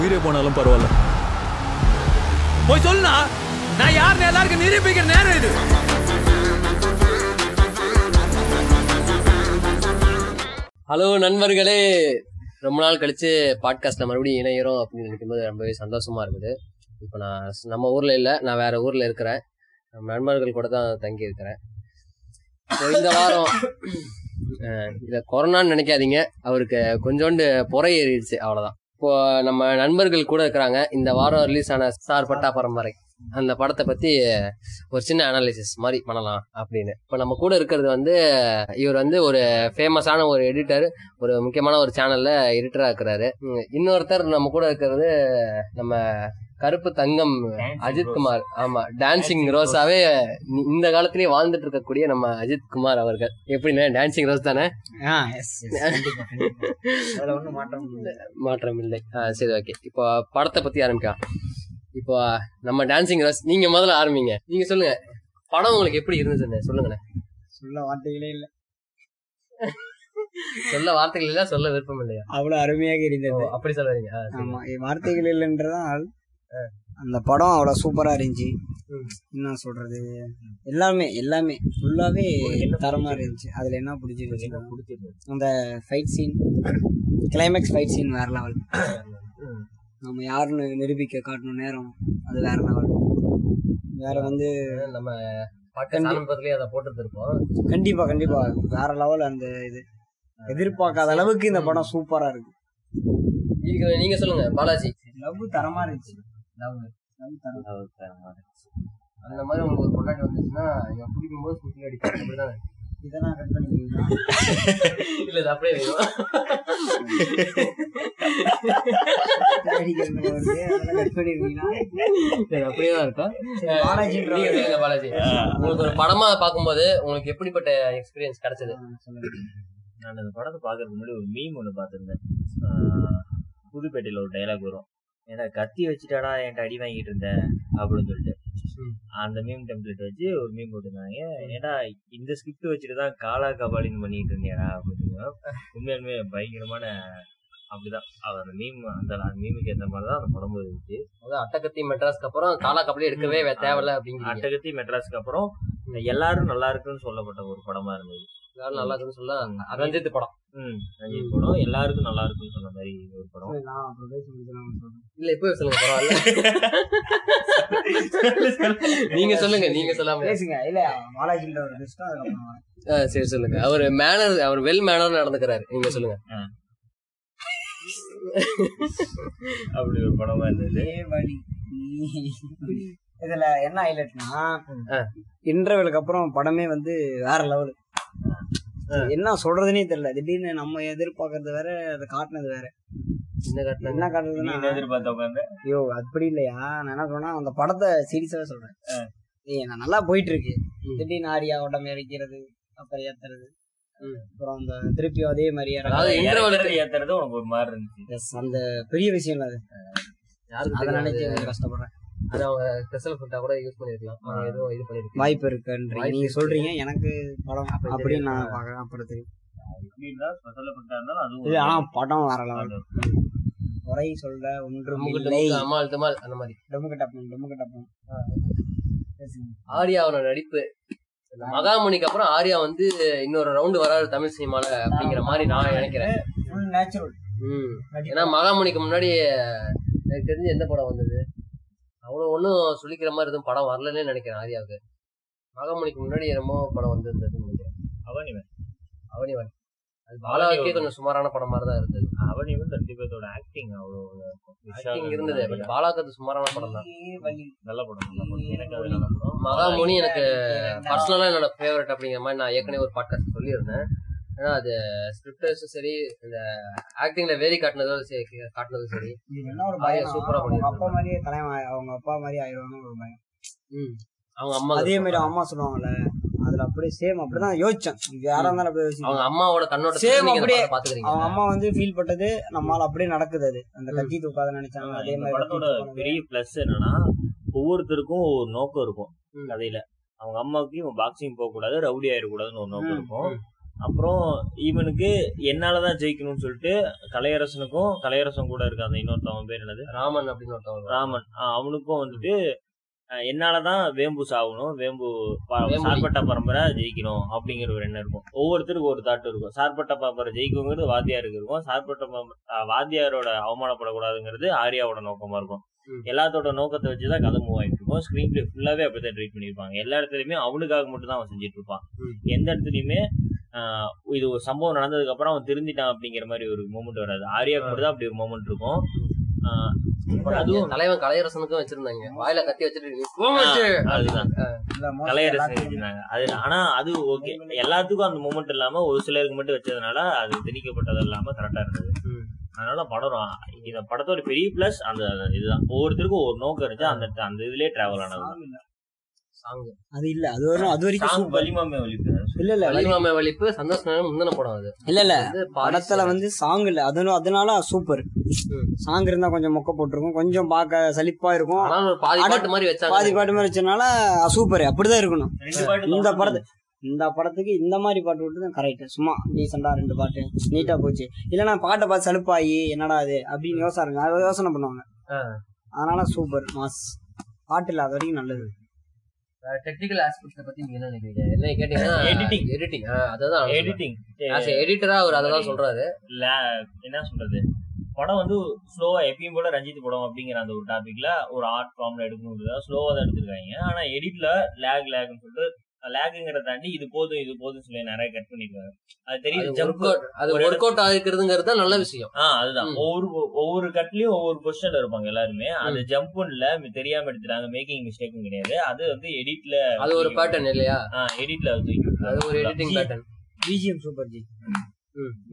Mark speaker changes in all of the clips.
Speaker 1: வெளியே போனாலும் பரவாயில்ல போய் சொல்லுண்ணா நான் யாருன்னு எல்லாருக்கும் நிரூபிக்கிற நேரம் இது
Speaker 2: ஹலோ நண்பர்களே ரொம்ப நாள் கழிச்சு பாட்காஸ்ட்ல மறுபடியும் இணையிறோம் அப்படின்னு நினைக்கும்போது ரொம்பவே சந்தோஷமா இருக்குது இப்போ நான் ஸ்- நம்ம ஊர்ல இல்ல நான் வேற ஊர்ல இருக்கிறேன் நம்ம நண்பர்கள் கூட தான் தங்கி இருக்கிறேன் இப்போ இந்த வாரம் அஹ், இத கொரோனான்னு நினைக்காதீங்க அவருக்கு கொஞ்சோண்டு புறை ஏறிடுச்சு அவ்வளவுதான் இப்போ நம்ம நண்பர்கள் கூட இருக்கிறாங்க இந்த வாரம் ரிலீஸ் ஆன சார் பட்டா பரம்பரை அந்த படத்தை பத்தி ஒரு சின்ன அனாலிசிஸ் மாதிரி பண்ணலாம் அப்படின்னு இப்போ நம்ம கூட இருக்கிறது வந்து இவர் வந்து ஒரு ஃபேமஸான ஒரு எடிட்டர் ஒரு முக்கியமான ஒரு சேனல்ல எடிட்டரா இருக்கிறாரு ம், இன்னொருத்தர் நம்ம கூட இருக்கிறது நம்ம கருப்பு தங்கம் அஜித் குமார் ஆமா டான்சிங் ரோஸாவே இ- இந்த காலத்திலேயே வாழ்ந்துட்டு இருக்கக்கூடிய நம்ம அஜித் குமார் அவர்கள் எப்படின்னா டான்சிங் ரோஸ் தானே மாற்றம் இல்லை ஆ, சரி ஓகே இப்போ படத்தை பத்தி ஆரம்பிக்கலாம் இப்போ நம்ம டான்சிங் ரோஸ் நீங்க முதல்ல ஆரம்பிங்க நீங்க சொல்லுங்க படம் உங்களுக்கு எப்படி இருந்துச்சுன்னு சொல்லுங்களேன்
Speaker 3: சொல்ல வார்த்தைகளே இல்ல
Speaker 2: சொல்ல வார்த்தைகள் இல்ல சொல்ல விருப்பம் இல்லையா
Speaker 3: அவ்வளவு அருமையாக
Speaker 2: ஓ,
Speaker 3: இருந்தது
Speaker 2: அப்படி சொல்ல வரீங்க ஆ, சரி.
Speaker 3: ஆமா இ- வார்த்தைகள் இல்லைன்றதால் அந்த படம் அவ்வளவு சூப்பரா இருந்துச்சு
Speaker 2: ம்.
Speaker 3: என்ன சொல்றது எல்லாமே எல்லாமே ஃபுல்லாவே
Speaker 2: என்ன
Speaker 3: தரமா இருந்துச்சு அதுல என்ன பிடிச்சிருந்துச்சுன்னா
Speaker 2: எனக்கு பிடிச்சிருந்தது.
Speaker 3: அந்த fight scene climax fight scene வேற லெவல்
Speaker 2: ம்.
Speaker 3: நம்ம யாருன்னு நிரூபிக்க காட்டணும் நேரம் அது வேற லெவல் வேற வந்து
Speaker 2: நம்ம பாட்காஸ்ட் ஆரம்பத்திலேயே அதை போட்டுருந்துருப்போம்
Speaker 3: கண்டிப்பா கண்டிப்பா வேற லெவல் அந்த இது எதிர்பார்க்காத அளவுக்கு இந்த படம் சூப்பரா இருக்கு
Speaker 2: நீங்க நீங்க சொல்லுங்க பாலாஜி
Speaker 3: லவ் தரமா இருந்துச்சு லவ் தரமா
Speaker 2: அந்த மாதிரி உங்களுக்கு ஒரு பொண்டாட்டி வந்துச்சுன்னா இவன் குடிக்கும் போது சுத்தி அடிக்கும் அப்படிதானே
Speaker 3: இதெல்லாம் கட் பண்ணிக்கிறீங்களா
Speaker 2: இல்ல இது அப்படியே வேணும்
Speaker 3: அடிக்கிறது வருது, அதெல்லாம் cut பண்ணிடுவீங்களா?
Speaker 2: இது அப்படியே தான் இருக்கும்
Speaker 3: சரி, பாலாஜின்ற
Speaker 2: நீங்க
Speaker 3: ஒரு-
Speaker 2: சொல்லுங்க பாலாஜி உங்களுக்கு ஒரு படமா பார்க்கும்போது உங்களுக்கு எப்படிப்பட்ட எக்ஸ்பீரியன்ஸ் கிடைச்சது
Speaker 3: ஆ, சொல்லுங்க.
Speaker 4: நான் இந்த படத்தை பார்க்கறதுக்கு முன்னாடி ஒரு மீம் ஒன்று பார்த்துருந்தேன் புதுப்பேட்டையில் ஒரு டைலாக் வரும் ஏன்னா கத்தி வச்சுட்டாடா என்கிட்ட அடி வாங்கிட்டு இருந்தேன் அப்படின்னு சொல்லிட்டு
Speaker 2: ம்.
Speaker 4: அந்த மீம் டெம்ப்ளேட் வச்சு ஒரு மீம் போட்டிருந்தாங்க ஏன்னா இந்த ஸ்கிரிப்ட் வச்சுட்டு தான் காலா கபாலின்னு பண்ணிட்டு இருந்தியாடா அப்படின்னு உண்மையாலுமே பயங்கரமான அப்படிதான் அவர் அந்த மீம் அந்த மீமுக்கு ஏற்ற மாதிரி தான் அந்த படம் இருந்துச்சு
Speaker 2: அதாவது அட்டகத்தி மெட்ராஸ்க்கு அப்புறம் காலா கப்பலே எடுக்கவே வே- தேவையில்ல அப்படிங்கிறீங்க
Speaker 4: அட்டகத்தி மெட்ராஸுக்கு அப்புறம் எல்லாரும் நல்லா இருக்குன்னு சொல்லப்பட்ட ஒரு படமா இருந்தது
Speaker 2: எல்லாரும் நல்லா இருக்குன்னு சொல்ல ரஞ்சித் படம்
Speaker 4: ம் ரஞ்சித் படம் எல்லாருக்கும் நல்லா இருக்குன்னு சொன்ன மாதிரி ஒரு படம்
Speaker 3: சரி, நான் அப்புறம் பேசி முடிக்கலாம் நான் சொல்றேன்.
Speaker 2: இல்ல இப்பவே சொல்லுங்க பரவாயில்ல நீங்க சொல்லுங்க நீங்க சொல்லாம
Speaker 3: பேசுங்க இல்ல பாலாஜின்ற ஒரு best ஆ அதுக்கப்புறம் வரேன்.
Speaker 2: ஆ, சரி சொல்லுங்க அவர் மேனர் அவர் வெல் மேனர் நடந்துக்கிறாரு நீங்க சொல்லுங்க
Speaker 4: அப்படி ஒரு படமா இருந்தது
Speaker 3: ஏ வழி. இதுல என்ன ஹைலைட்னா இன்டர்வெலுக்கு அப்புறம் படமே வந்து வேற லெவல் என்ன சொல்றதுனே தெரியல திடீர்னு நம்ம எதிர்பார்க்கறது வேற அதை காட்டுனது வேற
Speaker 2: என்ன காட்டினாங்க
Speaker 3: என்ன
Speaker 4: நீ
Speaker 3: காட்டுறதுன்னா
Speaker 4: என்ன எதிர்பார்த்த உட்காந்து
Speaker 3: ஐயோ அப்படி இல்லையா நான் என்ன சொன்னா அந்த படத்தை சீரியஸாவே சொல்றேன் ஏய் நான் நல்லா போயிட்டு இருக்கு
Speaker 2: ம்.
Speaker 3: திடீர்னு ஆரியா உடம்பு இறக்கிறது அப்புறம் ஏத்துறது
Speaker 2: ம்.
Speaker 3: அப்புறம் அந்த திருப்பியும் அதே மாதிரி
Speaker 2: அதாவது
Speaker 3: இறக்கிறது.
Speaker 2: interval
Speaker 4: இன்டர்வல் ஏத்துறது உனக்கு ஒரு மாதிரி இருந்துச்சு
Speaker 3: Yes, அந்த பெரிய விஷயம் இல்ல அது
Speaker 2: யாருக்கு
Speaker 3: அதை
Speaker 2: தெரியாது.
Speaker 3: நினைச்சு கொஞ்சம் கஷ்டப்படுறேன்
Speaker 2: அது அவங்க ஸ்பெஷல் ஃபுட்டா கூட யூஸ் பண்ணிருக்கலாம் அவங்க
Speaker 4: ஆ.
Speaker 2: எதுவும் இது பண்ணிருக்கலாம்
Speaker 3: வாய்ப்பு இருக்குன்றீங்க
Speaker 2: வாய்ப்பு
Speaker 3: நீங்க
Speaker 2: இருக்கு.
Speaker 3: சொல்றீங்க எனக்கு படம்
Speaker 2: அப்படி
Speaker 3: அப்படின்னு
Speaker 2: தெரியும்.
Speaker 3: நான் பாக்குறேன் அப்புறம் தெரியும்
Speaker 4: எப்படின்னா ஸ்பெஷல் பண்ணிட்டா இருந்தாலும் அதுவும்
Speaker 3: இது
Speaker 4: ஒரு
Speaker 3: ஆ படம் வரல
Speaker 4: மாதிரி இருக்கும்.
Speaker 3: குறை சொல்ல ஒன்றும்
Speaker 2: நமக்கு
Speaker 3: இல்லை
Speaker 2: டொமுக்கு அம்மாள் தம்மாள் அந்த மாதிரி
Speaker 3: டொமுக்கு டப்பும் டொமுக்கு டப்பும் பேசுங்க.
Speaker 2: ஆரியாவோட நடிப்பு இந்த மகாமணிக்கு அப்புறம் ஆரியா வந்து இன்னொரு ரவுண்டு வராது தமிழ் சினிமால அப்படிங்கிற மாதிரி நான் நினைக்கிறேன்
Speaker 3: Full natural.
Speaker 2: ம். ஏன்னா மகாமணிக்கு முன்னாடி எனக்கு தெரிஞ்சு எந்த படம் வந்தது அவ்வளவு ஒன்றும் சொல்லிக்கிற மாதிரி எதுவும் படம் வரலன்னு நினைக்கிறேன் ஆரியாவுக்கு மகாமணிக்கு முன்னாடி என்னமோ படம் வந்திருந்ததுன்னு நினைக்கிறேன்
Speaker 4: அவனிவன்
Speaker 2: அவனிவன் அது பாலாவுக்கே கொஞ்சம் சுமாரான படம் மாதிரி தான் இருந்தது
Speaker 4: அவனிவன் தண்டிபத்தோட ஆக்டிங் அவ்வளோ இதா இருக்கும். விஷால்
Speaker 2: Acting இருந்தது
Speaker 4: நல்லா
Speaker 2: பட் பாலாவுக்கு அது சுமாரான படம் தான்
Speaker 3: ஏ வழி.
Speaker 4: நல்ல படம் நல்ல படம் எனக்கு அது நல்ல படம்
Speaker 2: மகாமுனி எனக்கு
Speaker 3: எனக்கு
Speaker 2: பர்சனலாக என்னோட ஃபேவரட் அப்படிங்கிற மாதிரி நான் ஏற்கனவே ஒரு பாட்காஸ்ட் சொல்லியிருந்தேன் ஏன்னா அது ஸ்கிரிப்டர்ஸும் சரி இந்த ஆக்டிங்ல வேரி காட்டினதும் சரி காட்டினதும் சரி
Speaker 3: இது என்ன ஒரு
Speaker 2: ஆயா
Speaker 3: பயம்
Speaker 2: சூப்பரா
Speaker 3: அவங்க
Speaker 2: பண்ணிருக்காங்க.
Speaker 3: அப்பா மாதிரியே தலைவன் ஆயி- அவங்க அப்பா மாதிரி ஆயிடுவாங்க ஒரு பயம்
Speaker 2: அவங்க அம்மா
Speaker 3: அதே மாதிரி அம்மா சொல்லுவாங்கல்ல அதுல அப்படியே சேம் அப்படிதான் யோசிச்சேன் இது யாரா இருந்தாலும் அப்படியே
Speaker 2: அவங்க
Speaker 3: யோசிச்சு
Speaker 2: அம்மாவோட கண்ணோட்டத்தை
Speaker 3: Same
Speaker 2: நீங்க
Speaker 3: அப்படியே.
Speaker 2: பாத்துக்கிறீங்க
Speaker 3: அவங்க அம்மா வந்து ஃபீல் பட்டது நம்மால அப்படியே நடக்குது அது அந்த
Speaker 2: ம்.
Speaker 3: கத்தி தூக்காத நினைச்சாங்க அதே
Speaker 4: இந்த
Speaker 3: மாதிரி கத்தி
Speaker 4: படத்தோட
Speaker 3: தூக்காம
Speaker 4: பெரிய பிளஸ் என்னன்னா ஒவ்வொருத்தருக்கும் ஒரு நோக்கம் இருக்கும்
Speaker 2: ம்.
Speaker 4: கதையில அவங்க அம்மாவுக்கு இவன் பாக்ஸிங் போக கூடாது ரவுடி ஆயிடக்கூடாதுன்னு ஒரு நோக்கம்
Speaker 3: ம்,
Speaker 4: இருக்கும் அப்புறம் இவனுக்கு என்னாலதான் ஜெயிக்கணும்னு சொல்லிட்டு கலையரசனுக்கும் கலையரசன் கூட இருக்க அந்த இன்னொருத்தவன் பேர் என்னது
Speaker 2: ராமன் அப்படின்னு ஒருத்தவங்க
Speaker 4: ராமன் ஆஹ் அவனுக்கும் வந்துட்டு ஆஹ் என்னாலதான் வேம்பு சாகணும் வேம்பு ப-
Speaker 2: வேம்பு.
Speaker 4: சார்பட்ட பரம்பரை ஜெயிக்கணும் அப்படிங்கிற ஒரு எண்ணம் இருக்கும் ஒவ்வொருத்தருக்கும் ஒரு தாட் இருக்கும் சார்பட்ட பரம்பரை ஜெயிக்குங்கிறது வாத்தியாருக்கு இருக்கும் சார்பட்ட பரம்பரை ஆஹ் வாத்தியாரோட அவமானப்படக்கூடாதுங்கிறது ஆர்யாவோட நோக்கமா இருக்கும்
Speaker 2: ம்.
Speaker 4: எல்லாத்தோட நோக்கத்தை வச்சுதான் கதை மூவ் ஆயிட்டு இருக்கும் ஸ்கிரீன் பிளே ஃபுல்லாவே அப்படிதான் ட்ரீட் பண்ணிருப்பாங்க எல்லா இடத்துலயுமே அவனுக்காக மட்டும் தான் அவன் செஞ்சுட்டு இருப்பான்
Speaker 2: ம்.
Speaker 4: எந்த இடத்துலயுமே ஆஹ் இது ஒரு சம்பவம் நடந்ததுக்கு அப்புறம் அவன் திருந்திட்டான் அப்படிங்கிற மாதிரி ஒரு மூமெண்ட் வராது ஆர்யாவுக்கு மட்டும் தான் அப்படி ஒரு மூமெண்ட் இருக்கும் ஆஹ் அதுவும்
Speaker 2: தலைவன் கலையரசனுக்கும் வச்சிருந்தாங்க வாயில கத்தி வச்சிட்டு "போங்க வச்சு."
Speaker 4: அதுதான்
Speaker 3: இல்ல, mostly
Speaker 4: கலையரசன்
Speaker 3: எல்லாத்துக்கும்
Speaker 4: வச்சிருந்தாங்க அது ஆனா அது ஓகே எல்லாத்துக்கும் அந்த மூமெண்ட் இல்லாம ஒரு சிலருக்கு மட்டும் வச்சதுனால அது திணிக்கப்பட்டது இல்லாம கரெக்டா இருந்தது
Speaker 2: ம்.
Speaker 4: அதனால படம் ரா- இந்த படத்தோட பெரிய பிளஸ் அந்த இதுதான் ஒவ்வொருத்தருக்கும் ஒரு நோக்கம் இருந்துச்சு அந்த அந்த இதுலயே டிராவல் ஆனது
Speaker 3: song இல்ல.
Speaker 2: Song.
Speaker 3: அது இல்ல அது வரும் அது வரைக்கும்
Speaker 4: சாங்
Speaker 3: super.
Speaker 4: வலிமாமே வலிப்பு
Speaker 3: இல்ல இல்ல வலி-
Speaker 2: வலிமாம வலிப்பு சந்தோஷ் நாயகம் முந்தின படம் அது
Speaker 3: இல்ல இல்ல
Speaker 2: வந்து பாரிஸ்
Speaker 3: படத்துல வந்து சாங் இல்ல அது அதனால சூப்பர்
Speaker 2: ம்.
Speaker 3: சாங் இருந்தா கொஞ்சம் மொக்க போட்டிருக்கும் கொஞ்சம் பார்க்க சலிப்பா இருக்கும்
Speaker 2: ஆனாலும் ஒரு பாதி
Speaker 3: அட-
Speaker 2: பாட்டு மாதிரி வச்சாங்க
Speaker 3: பாதி பாட்டு மாதிரி வச்சதுனால சூப்பர் அப்படிதான் இருக்கணும்
Speaker 4: ரெண்டு பாட்டு
Speaker 3: இந்த படத்து இந்த படத்துக்கு இந்த மாதிரி பாட்டு விட்டு தான் கரெக்ட் சும்மா டீசெண்டா ரெண்டு பாட்டு நீட்டா போச்சு இல்லைன்னா பாட்டை பார்த்து சலுப்பாயி என்னடா அது அப்படின்னு யோசனை இருக்கும். அதை யோசனை பண்ணுவாங்க
Speaker 2: ஆ.
Speaker 3: அதனால சூப்பர் மாஸ் பாட்டு இல்ல அது வரைக்கும் நல்லது
Speaker 2: டெக்னிக்கல் ஆஸ்பெக்ட் பத்தி நீங்க என்ன நினைக்கிறீங்க என்ன கேட்டீங்கன்னா
Speaker 4: Editing.
Speaker 2: எடிட்டிங் அதுதான்
Speaker 4: எடிட்டிங்
Speaker 2: ஆஸ் எடிட்டரா அவர் அதெல்லாம் சொல்றாரு
Speaker 4: என்ன சொல்றது படம் வந்து ஸ்லோவா எப்பயும் போல ரஞ்சித் படம் அப்படிங்கிற அந்த ஒரு டாபிக்ல ஒரு ஆர்ட் ஃபார்ம்ல எடுக்கணுங்கிறதா ஸ்லோவா தான் எடுத்திருக்காங்க ஆனா எடிட்ல லேக் லேக்னு சொல்லிட்டு லேக்குங்கிறத தாண்டி இது போதும் இது போதும் சொல்லி நிறைய கட் பண்ணிருக்காங்க அது
Speaker 2: அது
Speaker 4: தெரியுது
Speaker 2: work
Speaker 4: ஜம்ப்
Speaker 2: out- அது
Speaker 4: ஒரு
Speaker 2: ஒர்க் அவுட் ஆகிருக்குதுங்கிறது தான் நல்ல விஷயம்
Speaker 4: ஆ அதுதான்
Speaker 2: ம்.
Speaker 4: ஒவ்வொரு ஒவ்வொரு கட்லயும் ஒவ்வொரு பொசிஷன்ல இருப்பாங்க எல்லாருமே அது ஜம்ப் இல்ல தெரியாம எடுத்துட்டாங்க மேக்கிங் மிஸ்டேக்கும் கிடையாது அது வந்து எடிட்ல
Speaker 2: அது ஒரு பேட்டர்ன் இல்லையா
Speaker 4: எடிட்ல வந்து
Speaker 2: அது ஒரு editing pattern
Speaker 3: BGM super G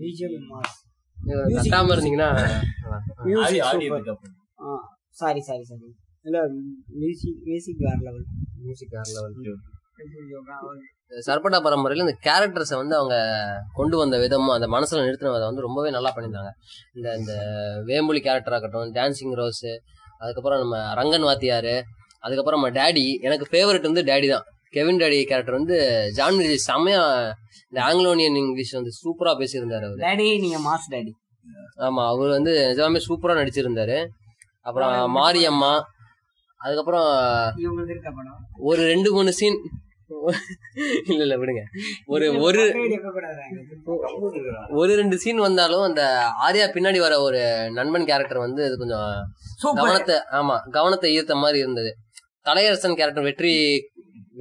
Speaker 3: BGM mass Music.
Speaker 2: கட்டாம இருந்தீங்கன்னா
Speaker 3: music
Speaker 4: audio
Speaker 3: super sorry sorry sorry இல்ல மியூசிக் மியூசிக் வேற லெவல்
Speaker 2: மியூசிக் வேற லெவல் சர்பட்டா பரம்பரையில இந்த கேரக்டர்ஸை வந்து அவங்க கொண்டு வந்த விதமும் அந்த மனசுல நிறுத்தினதை வந்து ரொம்பவே நல்லா பண்ணியிருந்தாங்க இந்த இந்த வேம்புலி கேரக்டர் ஆகட்டும் டான்சிங் ரோஸ் அதுக்கப்புறம் நம்ம ரங்கன் வாத்தியார் அதுக்கப்புறம் நம்ம டேடி எனக்கு ஃபேவரட் வந்து டேடி தான் கெவின் டேடி கேரக்டர் வந்து ஜான் விஜய் செம்மையா இந்த ஆங்கிலோனியன் இங்கிலீஷ் வந்து சூப்பரா பேசியிருந்தாரு அவரு
Speaker 3: டேடி நீங்க மாஸ் டேடி
Speaker 2: ஆமா அவர் வந்து நிஜமாவே சூப்பரா நடிச்சிருந்தாரு அப்புறம் மாரியம்மா அதுக்கப்புறம்
Speaker 3: இவங்களுக்கு இருக்க படம்
Speaker 2: ஒரு ரெண்டு மூணு சீன் இல்ல இல்ல விடுங்க ஒரு ஒரு ஒரு ரெண்டு சீன் வந்தாலும் அந்த ஆர்யா பின்னாடி வர ஒரு நண்பன் கேரக்டர் வந்து அது கொஞ்சம்
Speaker 3: சூப்பர்
Speaker 2: கவனத்தை ஆமா கவனத்தை ஈர்த்த மாதிரி இருந்தது தலையரசன் கேரக்டர் வெற்றி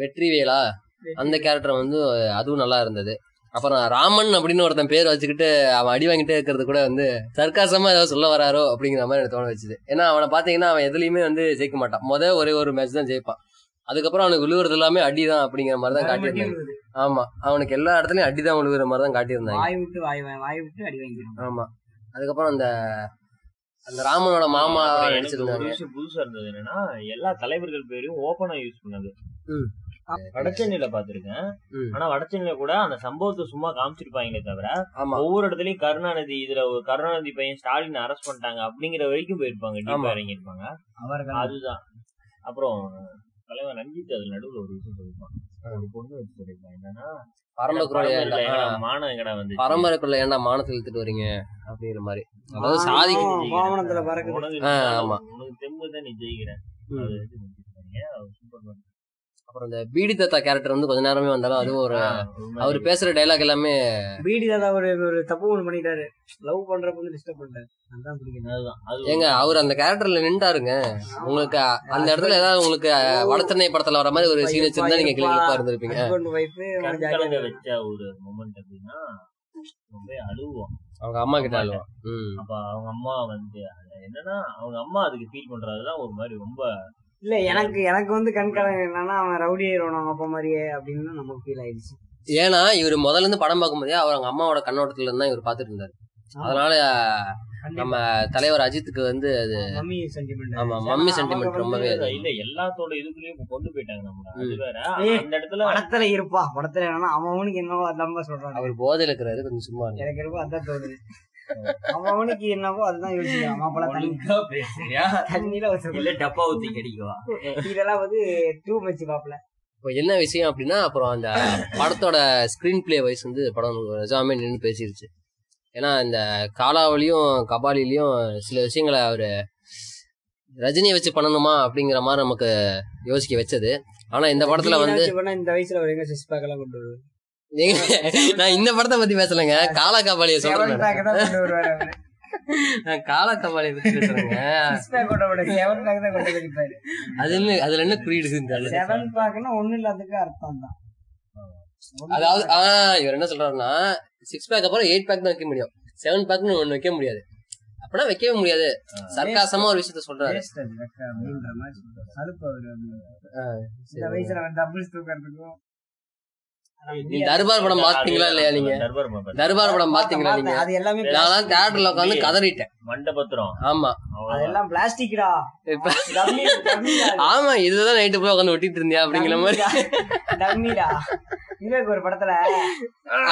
Speaker 2: வெற்றிவேலா அந்த கேரக்டர் வந்து அதுவும் நல்லா இருந்தது அப்புறம் ராமன் அப்படின்னு ஒருத்தன் பேர் வச்சுக்கிட்டு அவன் அடி வாங்கிட்டே இருக்கிறது கூட வந்து சர்க்காசமா ஏதாவது சொல்ல வராரோ அப்படிங்கிற மாதிரி எனக்கு தோண வச்சுது ஏன்னா அவனை பார்த்தீங்கன்னா அவன் எதுலையுமே வந்து ஜெயிக்க மாட்டான் முத ஒரே ஒரு மேட்ச் தான் ஜெயிப்பான் அதுக்கப்புறம் அவனுக்கு விழுவுறது எல்லாமே அடி தான் அப்படிங்கிற மாதிரி தான் காட்டியிருந்தாங்க ஆமா அவனுக்கு எல்லா இடத்துலயும் அடி தான் விழுவுற மாதிரி தான் காட்டியிருந்தாங்க
Speaker 3: வாய் விட்டு வாய் வா- வாய் விட்டு அடி வாங்கிடும்
Speaker 2: ஆமா அதுக்கப்புறம் அந்த அந்த ராமனோட மாமா நடிச்சிருந்தாங்க
Speaker 4: புதுசா இருந்தது என்னன்னா எல்லா தலைவர்கள் பேரையும் ஓபனா யூஸ் பண்ணது
Speaker 2: ம்.
Speaker 4: வடச்சென்னையில பாத்திருக்கேன்
Speaker 2: ம்.
Speaker 4: ஆனா வடச்சென்னையில கூட அந்த சம்பவத்தை சும்மா காமிச்சிருப்பாங்களே தவிர
Speaker 2: ஆமா
Speaker 4: ஒவ்வொரு இடத்துலயும் கருணாநிதி இதுல ஒரு கருணாநிதி பையன் ஸ்டாலின் அரெஸ்ட் பண்ணிட்டாங்க அப்படிங்கிற வரைக்கும் போயிருப்பாங்க
Speaker 2: ஆமா.
Speaker 4: டீப்பா இறங்கியிருப்பாங்க
Speaker 3: அவர்கள்
Speaker 4: அதுதான் அப்புறம் தலைவர் ரஞ்சித் அது நடுவுல ஒரு விஷயம் சொல்லியிருப்பான் ஒரு பொண்ணு வச்சு சொல்லியிருப்பான் என்னன்னா
Speaker 2: பரம்பரைக்குள்ள
Speaker 4: பரம்பரையில எங்கடா
Speaker 2: ஏன்டா-
Speaker 4: மானம் எங்கடா வந்து
Speaker 2: ஆ, பரம்பரைக்குள்ள ஏன்டா மானத்தை இழுத்துட்டு வர்றீங்க அப்படிங்கிற மாதிரி அதாவது சாதி
Speaker 3: கோவணத்துல பறக்குது
Speaker 2: ஆ, ஆமா.
Speaker 4: உனக்கு தெம்பு தான் நீ ஜெயிக்கிற
Speaker 2: ம்.
Speaker 4: அது வந்து நடிச்சிருப்பாங்க. அவர் சூப்பர் மேன்.
Speaker 2: அப்புறம் இந்த பீடி தாத்தா கேரக்டர் வந்து கொஞ்ச நேரமே வந்தாலும் அதுவும் ஒரு
Speaker 4: ஆ, ஒரு மாதிரி
Speaker 2: அவர் பேசுற டைலாக் எல்லாமே
Speaker 3: பீடி தாதா ஒரு ஒரு தப்பு ஒண்ணு பண்ணிட்டாரு லவ் பண்றப்ப வந்து டிஸ்டர்ப் பண்ணிட்டாரு அதான் பிடிக்கணும்
Speaker 4: அதுதான். அது
Speaker 2: ஏங்க
Speaker 4: ஒரு-
Speaker 2: அவர் அந்த கேரக்டர்ல நின்றாருங்க உங்களுக்கு அந்த இடத்துல ஏதாவது உங்களுக்கு அஹ், வடச்சென்னை படத்துல வர மாதிரி ஒரு சீன் வச்சிருந்தா நீங்க கிளிப்பா இருந்திருப்பீங்க
Speaker 3: ஹஸ்பண்ட் ஒய்ஃப்
Speaker 4: கண் கலங்க வச்ச ஒரு மொமெண்ட் அப்படின்னா ரொம்ப அழுவோம்
Speaker 2: அவங்க அம்மா கிட்ட அழுவா ம்
Speaker 4: அப்ப அவங்க அம்மா வந்து அது என்னன்னா அவங்க அம்மா அதுக்கு ஃபீல் பண்றதுதான் ஒரு மாதிரி ரொம்ப
Speaker 3: இல்ல எனக்கு எனக்கு வந்து கண் கலங்க என்னன்னா அவன் ரவுடி ஆயிடுவான் அவங்க அப்பா மாதிரியே அப்படின்னு நமக்கு ஃபீல் ஆயிடுச்சு
Speaker 2: ஏன்னா இவர் முதல்ல இருந்து படம் பார்க்கும்போதே அவர் அவங்க அம்மாவோட கண்ணோட்டத்துல இருந்தா இவர் பாத்துட்டு இருந்தாரு அதனால நம்ம தலைவர் அஜித்துக்கு வந்து
Speaker 3: மம்மி சென்டிமெண்ட்
Speaker 2: ஆமா மம்மி சென்டிமெண்ட் ரொம்பவே
Speaker 4: இல்ல, இல்ல எல்லாத்தோட இதுக்குள்ளயும் கொண்டு போயிட்டாங்க நம்மள அது வேற
Speaker 3: ஏய்.
Speaker 4: அந்த இடத்துல
Speaker 3: படத்துல இருப்பா படத்துல என்னன்னா அவன் அவனுக்கு என்னவோ அதம்மா சொல்றான்
Speaker 2: அவர் போதையில இருக்கிறாரு கொஞ்சம் சும்மா இருங்க.
Speaker 3: எனக்கு இருக்கோ அதான் தோணுது அவன் அவனுக்கு என்னவோ அதுதான் யோசிக்கிறான் மாப்பிள்ள தண்ணி
Speaker 4: ஒழுங்கா பேசுறியா
Speaker 3: தண்ணியில வச்சு
Speaker 4: இல்ல டப்பா ஊத்தி கிடைக்குவா
Speaker 3: இதெல்லாம் வந்து டூ மச்சு பாப்பல
Speaker 2: இப்போ என்ன விஷயம் அப்படின்னா அப்புறம் அந்த படத்தோட ஸ்க்ரீன் பிளே வைஸ் வந்து படம் நிஜாமே நின்று பேசிருச்சு ஏன்னா இந்த காலாவிலையும் கபாலிலையும் சில விஷயங்களை அவர் ரஜினியை வச்சு பண்ணணுமா அப்படிங்கிற மாதிரி நமக்கு யோசிக்க வச்சது ஆனா இந்த படத்துல
Speaker 3: ஜீனா
Speaker 2: வந்து
Speaker 3: வச்சு பண்ணா இந்த வயசுல அவர் எங்க சிக்ஸ் பேக் எல்லாம் கொண்டு வருவாரு
Speaker 2: நீங்க நான் இந்த படத்தை பத்தி பேசலைங்க காலா கபாலியை
Speaker 3: செவன்
Speaker 2: சொல்றேன்
Speaker 3: பேக் தான் கொண்டு வருவாரு அவரு.
Speaker 2: நான் காலா கபாலியை பத்தி பேசுறேங்க
Speaker 3: Six pack ஓட விட seven pack தான் கொண்டு வந்திருப்பாரு.
Speaker 2: அது என்ன அதுல என்ன குறியீடு இந்த அளவுக்கு?
Speaker 3: Seven packன்னா ஒண்ணும் இல்லாததுக்கு அர்த்தம் தான்.
Speaker 2: அதாவது ஆ இவர் என்ன சொல்றாருன்னா சிக்ஸ் பேக் அப்புறம் எயிட் பேக் தான் வைக்க முடியும் செவன் பேக்னு ஒண்ணு வைக்க முடியாது அப்பனா வைக்கவே முடியாது சர்க்காசமா ஒரு விஷயத்த சொல்றாரு
Speaker 3: Waste அது, வெக்க அப்படின்ற மாதிரி சொல்றாரு. சலுப்பு அவரு அப்படி. இந்த வயசுல அவன் doubles தூக்கறதுக்கும் ஆனா
Speaker 2: நீ
Speaker 3: முடியாது.
Speaker 2: தர்பார் படம் பாத்தீங்களா இல்லையா நீங்க
Speaker 4: தர்பார் மண்டபம்.
Speaker 2: தர்பார் படம் பாத்தீங்களா
Speaker 3: பார்த்தேன்,
Speaker 2: நீங்க
Speaker 3: அது எல்லாமே
Speaker 2: நான்லாம் தேட்டர்ல உட்காந்து கதறிட்டேன்
Speaker 4: மண்டபத்திரம்
Speaker 2: ஆமா
Speaker 4: அவ்வளவுதான்.
Speaker 3: அதெல்லாம் பிளாஸ்டிக்டா
Speaker 2: இப்ப-
Speaker 3: டம்மி டம்மிடா
Speaker 2: ஆமா இதுதான் நைட்டு போய் உட்காந்து ஒட்டிட்டு இருந்தியா அப்படிங்கிற மாதிரி
Speaker 3: டம்மிடா விவேக் ஒரு படத்துல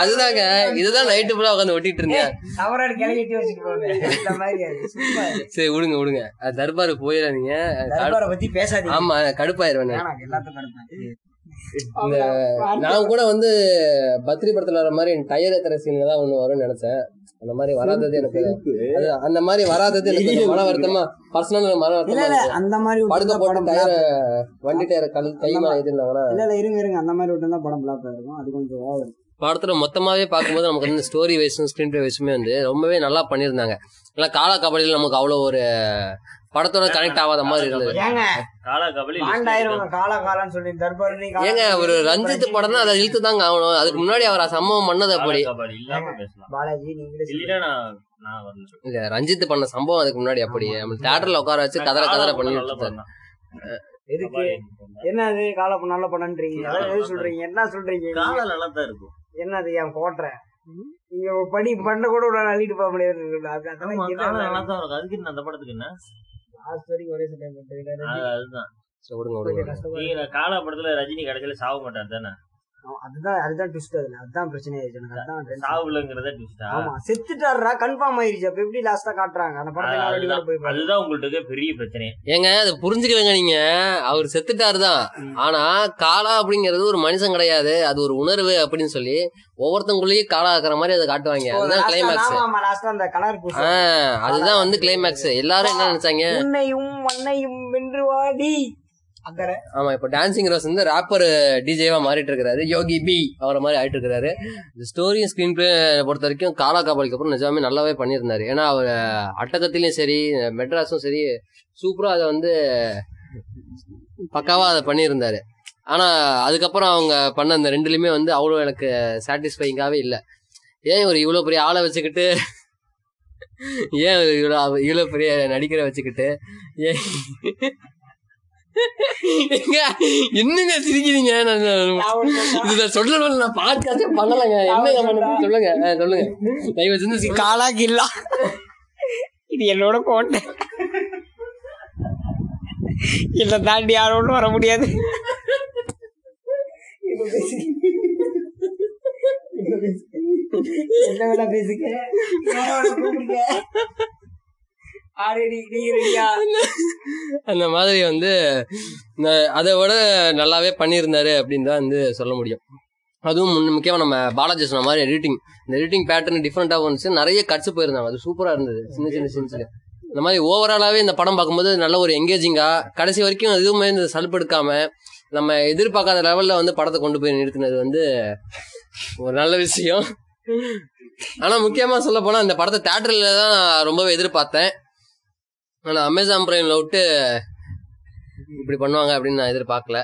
Speaker 2: அதுதாங்க இதுதான் நைட்டு போய் உட்காந்து ஒட்டிட்டு இருந்தியா
Speaker 3: தவறாடு கிளவிட்டி வச்சுட்டு போவாங்க இந்த மாதிரி அது சும்மா அது.
Speaker 2: சரி விடுங்க விடுங்க அது தர்பாருக்கு போயிடாதீங்க
Speaker 3: தர்பாரை பத்தி பேசாதீங்க
Speaker 2: ஆமா கடுப்பாயிருவேன் நான்.
Speaker 3: வேணாம், எல்லாத்தையும் தடுப்பேன்.
Speaker 2: இந்த நான் கூட வந்து பத்ரி படத்துல வர மாதிரி டயர் ஏத்துற சீன்ல தான் ஒண்ணு வரும்னு நினைச்சேன் அந்த மாதிரி வராதது எனக்கு அது அந்த மாதிரி வராதது எனக்கு கொஞ்சம் மன வருத்தமா பர்சனல் மன
Speaker 3: இல்ல
Speaker 2: வருத்தமா
Speaker 3: இல்ல
Speaker 2: இருந்துச்சு.
Speaker 3: அந்த மாதிரி
Speaker 2: படுக்க
Speaker 3: விட்டுருந்தா
Speaker 2: போட்டு
Speaker 3: படம்
Speaker 2: டயர்
Speaker 3: flop.
Speaker 2: வண்டி டயர் கல் கை மேல எதுனா
Speaker 3: இல்ல இல்ல இருங்க இருங்க அந்த மாதிரி விட்டுருந்தா படம் பிளாப் ஆயிருக்கும் அது கொஞ்சம் ஓவர்
Speaker 2: படத்துல மொத்தமாவே பார்க்கும்போது நமக்கு வந்து ஸ்டோரி வைஸும் ஸ்கிரீன் பிளே வைஸுமே வந்து ரொம்பவே நல்லா பண்ணியிருந்தாங்க எல்லாம் காலா கபடியில் நமக்கு அவ்வளோ ஒரு படத்தோட கனெக்ட் ஆகாத மாதிரி இருந்தது
Speaker 3: ஏங்க
Speaker 4: காலா கபலி
Speaker 3: ஆண்டாயிரம் காலா காலான்னு சொல்லி தர்பார் நீ
Speaker 2: ஏங்க ஒரு ரஞ்சித் படம்னா அதை இழுத்து தாங்க ஆகணும் அதுக்கு முன்னாடி அவர் சம்பவம் பண்ணது அப்படி
Speaker 4: கபாலி இல்லாம பேசலாம்
Speaker 3: பாலாஜி நீங்களே சொல்லுங்க.
Speaker 4: இல்லைன்னா நான் நான் வரல
Speaker 2: இல்ல ரஞ்சித் பண்ண சம்பவம் அதுக்கு முன்னாடி அப்படி நம்ம தேட்டர்ல உட்கார வச்சு கதற கதற பண்ணி
Speaker 4: நல்லா
Speaker 2: விட்டுருந்தாரு.
Speaker 4: பண்ணான்.
Speaker 3: எதுக்கு
Speaker 4: கபாலி.
Speaker 3: என்ன அது காலா நல்ல படம்ன்றீங்க அதெல்லாம் எது சொல்றீங்க என்ன சொல்றீங்க
Speaker 4: காலா நல்லா தான் இருக்கும்
Speaker 3: என்னது என் கோட்டை நீங்க ஒரு படி பண்ண கூட உடனே அள்ளிட்டு போக முடியாது அது அதெல்லாம்
Speaker 4: ஆமா, காலம்
Speaker 3: என்ன?
Speaker 4: நல்லாதான் இருக்கும். அதுக்கு என்ன அந்த படத்துக்கு என்ன?
Speaker 3: last வரைக்கும் ஒரே சண்டை போட்டுக்கிட்டே
Speaker 4: அது-
Speaker 3: இருந்து
Speaker 4: அதுதான்.
Speaker 2: சரி, விடுங்க விடுங்க
Speaker 3: கொஞ்சம் கஷ்டமா
Speaker 4: நீங்க நான் காலா படத்துல ரஜினி கடைசியில சாவ மாட்டார் தானே?
Speaker 3: இருக்கும். அதுதான் அதுதான் ட்விஸ்ட் அதுல அதுதான் பிரச்சனை ஆயிடுச்சு எனக்கு அதான் tension.
Speaker 4: சாவுலங்கிறத twist ஆ?
Speaker 3: ஆமா செத்துட்டாருடா கன்ஃபார்ம் ஆயிருச்சு அப்ப எப்படி லாஸ்டா காட்டுறாங்க அந்த படத்தை நான் already கூட போய் பார்த்தேன்.
Speaker 4: அதுதான் உங்கள்ட்ட இருக்க பெரிய பிரச்சனை
Speaker 2: ஏங்க அதை புரிஞ்சுக்கலங்க நீங்க அவர் செத்துட்டாரு தான் ஆனா காலா அப்படிங்கிறது ஒரு மனுஷன் கிடையாது அது ஒரு உணர்வு அப்படின்னு சொல்லி ஒவ்வொருத்தவங்களையே காலா ஆக்குற மாதிரி அதை காட்டுவாங்க
Speaker 3: ஓ,
Speaker 2: அதுதான்
Speaker 3: last ஆ,
Speaker 2: கிளைமேக்ஸ்
Speaker 3: ஆமா, ஆமா, last ஆ அந்த colour பூசி.
Speaker 2: ஆஹ் அதுதான் வந்து கிளைமேக்ஸ் எல்லாரும் என்ன நினைச்சாங்க
Speaker 3: உன்னையும் மண்ணையும் வென்று வாடி அக்கறை
Speaker 2: ஆமா இப்ப டான்சிங் ரோஸ் வந்து ரேப்பர் டிஜேவா மாறிட்டு இருக்காரு யோகி பி அவரை மாதிரி ஆயிட்டு இருக்காரு இந்த ஸ்டோரியும் ஸ்கிரீன் பிளே பொறுத்த வரைக்கும் காலா காபாலிக்கு அப்புறம் நிஜாமே நல்லாவே பண்ணியிருந்தாரு ஏன்னா அவர் அட்டகத்திலயும் சரி மெட்ராஸும் சரி சூப்பரா அதை வந்து பக்காவா அதை பண்ணியிருந்தாரு ஆனா அதுக்கப்புறம் அவங்க பண்ண அந்த ரெண்டுலயுமே வந்து அவ்வளோ எனக்கு சாட்டிஸ்ஃபைங்காவே இல்லை ஏன் ஒரு இவ்வளோ பெரிய ஆளை வச்சுக்கிட்டு ஏன் இவ்வளோ இவ்வளோ பெரிய நடிகரை வச்சுக்கிட்டு ஏன் ஏங்க, என்னங்க சிரிக்கிறீங்க நான் நான் இதுல சொல்லணும்ல, நான் பாட்காஸ்டே பண்ணலைங்க. என்னங்க பண்ணது? சொல்லுங்க ஆ, சொல்லுங்க தயவு செஞ்சு சி-
Speaker 3: காலா கில்லா இது என்னோட கோட்டை இல்ல தாண்டி யாரோட வர முடியாது என்ன வேலை பேசுங்க யாரோட கூப்பிடுங்க ஆல்ரெடி நீங்க ரெடியா
Speaker 2: அந்த மாதிரி வந்து ந- அதை விட நல்லாவே பண்ணியிருந்தாரு அப்படின்னு தான் வந்து சொல்ல முடியும் அதுவும் முன் முக்கியமாக நம்ம பாலாஜி சொன்ன மாதிரி எடிட்டிங் இந்த எடிட்டிங் பேட்டர்ன் டிஃப்ரெண்ட்டாக வந்துச்சு நிறைய கட்ஸ் போயிருந்தாங்க அது சூப்பராக இருந்தது சின்ன சின்ன சீன்ஸில் இந்த மாதிரி ஓவராலாகவே இந்த படம் பார்க்கும்போது நல்ல ஒரு எங்கேஜிங்காக கடைசி வரைக்கும் எதுவுமே இந்த சலுப்பெடுக்காம நம்ம எதிர்பார்க்காத லெவலில் வந்து படத்தை கொண்டு போய் நிறுத்தினது வந்து ஒரு நல்ல விஷயம் ஆனால் முக்கியமாக சொல்ல போனால் இந்த படத்தை தேட்டரில் தான் ரொம்பவே எதிர்பார்த்தேன் ஆனால் அமேசான் பிரைமில் விட்டு இப்படி பண்ணுவாங்க அப்படின்னு நான் எதிர்பார்க்கல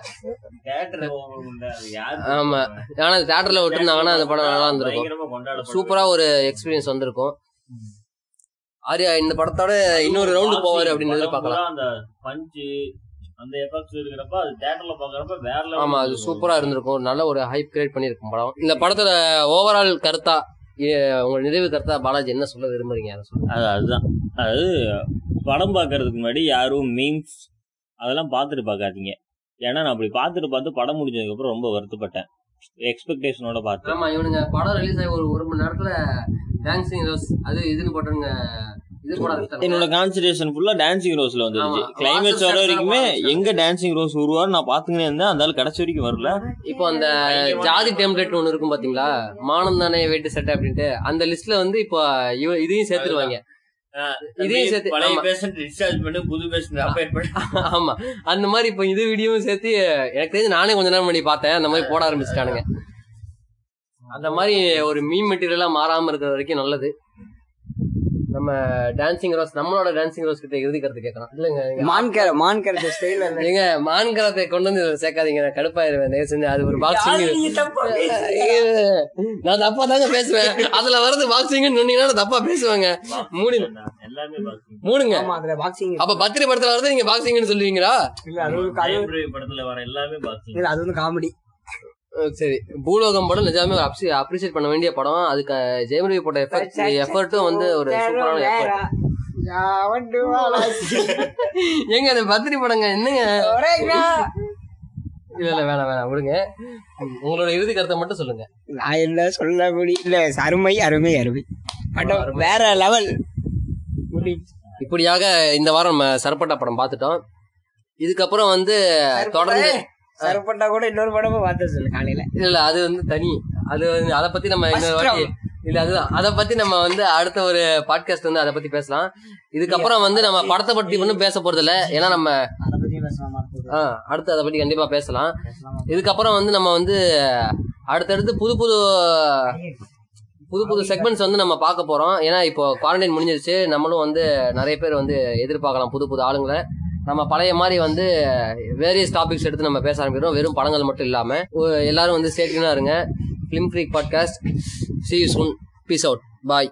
Speaker 4: தேட்டர் போகணும் உண்டு. அது யாரு
Speaker 2: ஆமா. ஆனால் தேட்டரில் விட்டுருந்தாங்கன்னா அந்த படம் நல்லா இருந்திருக்கும்
Speaker 4: பயங்கரமா கொண்டாடப்படும்.
Speaker 2: சூப்பரா ஒரு எக்ஸ்பீரியன்ஸ் வந்திருக்கும் ஆர்யா இந்த படத்தோட இன்னொரு ரவுண்டு போவாரு அப்படின்னு எதிர்பார்க்கலாம்
Speaker 4: படம் பூரா அந்த பஞ்சு அந்த எஃபெக்ட்ஸ் இருக்கிறப்ப அது தியேட்டர்ல பாக்குறப்ப வேற level
Speaker 2: ஆமா அது
Speaker 4: இருக்கும்.
Speaker 2: சூப்பரா இருந்திருக்கும் ஒரு நல்ல ஒரு ஹைப் கிரியேட் பண்ணியிருக்கும் படம் இந்த படத்துல ஓவரால் கருத்தா ஏ- உங்க நிறைவு கருத்தா பாலாஜி என்ன சொல்ல விரும்புறீங்க அதை சொல்லுங்க
Speaker 4: அது அதுதான் அதாவது படம் பார்க்கறதுக்கு முன்னாடி யாரும் மீம்ஸ் அதெல்லாம் பார்த்துட்டு பார்க்காதீங்க ஏன்னா நான் அப்படி பார்த்துட்டு பார்த்து படம் முடிஞ்சதுக்கு அப்புறம் ரொம்ப வருத்தப்பட்டேன் எக்ஸ்பெக்டேஷனோட பார்த்தேன்
Speaker 2: ஆமா இவனுங்க படம் ரிலீஸ் ஆகி ஒரு ஒரு மணி நேரத்துல டான்சிங் ரோஸ் அது இதுன்னு போட்டுருங்க இது கூட அதுக்கு தான்
Speaker 5: என்னோட கான்சன்ட்ரேஷன் ஃபுல்லா டான்சிங் ரோஸ்ல வந்துருச்சு
Speaker 2: ஆமா.
Speaker 5: கிளைமேக்ஸ் வர
Speaker 2: வாசல்
Speaker 5: வரைக்குமே
Speaker 2: சரசரமா
Speaker 5: எங்க டான்சிங் ரோஸ் உருவாரு நான் பாத்துக்கினே இருந்தேன் அந்த ஆள் கடைசி வரைக்கும் வரல
Speaker 2: இப்போ அந்த ஜாதி டெம்ப்ளேட் ஒன்னு இருக்கும் பாத்தீங்களா மானம் தானே வெட்டு சட்டை அப்படின்ட்டு அந்த லிஸ்ட்ல வந்து இப்போ இவ- இதையும் சேர்த்துருவாங்க இதையும் சேர்த்து
Speaker 6: பழைய
Speaker 2: ஆமா.
Speaker 6: பேஷண்ட் டிஸ்சார்ஜ் பண்ணி புது பேஷண்ட் அப்பாயின்ட் பண்ணி
Speaker 2: ஆமா அந்த மாதிரி இப்போ இது வீடியோவும் சேர்த்து எனக்கு தெரிஞ்சு நானே கொஞ்ச நேரம் பண்ணி பார்த்தேன் அந்த மாதிரி போட ஆரம்பிச்சிட்டானுங்க அந்த மாதிரி ஒரு மீன் மெட்டீரியலா மாறாம இருக்கிற வரைக்கும் நல்லது நம்ம டான்சிங் ரோஸ் நம்மளோட டான்சிங் ரோஸ் கிட்ட இறுதி கருத்து கேட்கலாம் இல்லைங்க நீங்க-
Speaker 3: மான்கேர மான்கேர ஸ்டைல்
Speaker 2: நீங்க மான்கரத்தை கொண்டு வந்து இதுல சேர்க்காதீங்க நான் கடுப்பாயிருவேன் தயவு செஞ்சு அது ஒரு பாக்ஸிங் நான் தப்பா தாங்க பேசுவேன் அதுல வர்றது பாக்ஸிங்னு சொன்னீங்கன்னா நான் தப்பா பேசுவேங்க மூணு
Speaker 4: எல்லாமே பாக்ஸிங்
Speaker 2: மூணுங்க
Speaker 3: ஆமா அதுல பாக்ஸிங்
Speaker 2: அப்ப பத்திரி படத்துல வர்றது நீங்க பாக்ஸிங்னு சொல்லுவீங்களா
Speaker 3: இல்ல அது ஒரு கதை
Speaker 4: லைப்ரரி படத்துல வர எல்லாமே பாக்ஸிங்
Speaker 3: இல்ல அது வந்து காமெடி
Speaker 2: அஹ் சரி பூலோகம் படம் நிஜாமே அப்சி அப்ரிஷியேட் பண்ண வேண்டிய படம் அதுக்கு ஜெயமரவி போட்ட எஃபெக்ட் எஃபர்ட்டும் வந்து ஒரு சூப்பரான எஃபர்ட் எங்க அந்த பத்திரி படங்க என்னங்க இல்ல இல்ல வேணாம் வேணாம் விடுங்க உங்களோட இறுதி கருத்தை மட்டும் சொல்லுங்க
Speaker 3: நான் என்ன சொல்ல முடியும் இல்ல அருமை அருமை அருமை படம் வேற லெவல்
Speaker 2: இப்படியாக இந்த வாரம் நம்ம சரப்பட்டா படம் பார்த்துட்டோம் இதுக்கப்புறம் வந்து தொடர்ந்து
Speaker 3: சரப்பட்டா கூட இன்னொரு படமும் பார்த்து சொல்லு காலையில
Speaker 2: இல்ல இல்ல அது வந்து தனி அது வந்து அதை பத்தி நம்ம இன்னொரு
Speaker 3: First
Speaker 2: வாட்டி இல்ல அதுதான் அதை பத்தி நம்ம வந்து அடுத்த ஒரு பாட்காஸ்ட் வந்து அதை பத்தி பேசலாம் இதுக்கப்புறம் வந்து நம்ம படத்தை பத்தி ஒன்றும் பேச போறது இல்ல ஏன்னா நம்ம
Speaker 3: அதை பத்தி பேசலாம் அடுத்தது.
Speaker 2: ஆ, அடுத்து அதை பத்தி கண்டிப்பா பேசலாம்
Speaker 3: பேசலாம்.
Speaker 2: இதுக்கப்புறம் வந்து நம்ம வந்து அடுத்தடுத்து புது புது புது புது செக்மெண்ட்ஸ் வந்து நம்ம பார்க்க போறோம் ஏன்னா இப்போ குவாரண்டைன் முடிஞ்சிருச்சு நம்மளும் வந்து நிறைய பேர் வந்து எதிர்பார்க்கலாம் புது புது ஆளுங்களை நம்ம பழைய மாதிரி வந்து வேரியஸ் டாபிக்ஸ் எடுத்து நம்ம பேச ஆரம்பிக்கிறோம் வெறும் படங்கள் மட்டும் இல்லாம ஒ- எல்லாரும் வந்து ஸ்டேட்டினா இருங்க film Greek podcast see soon peace out பாய்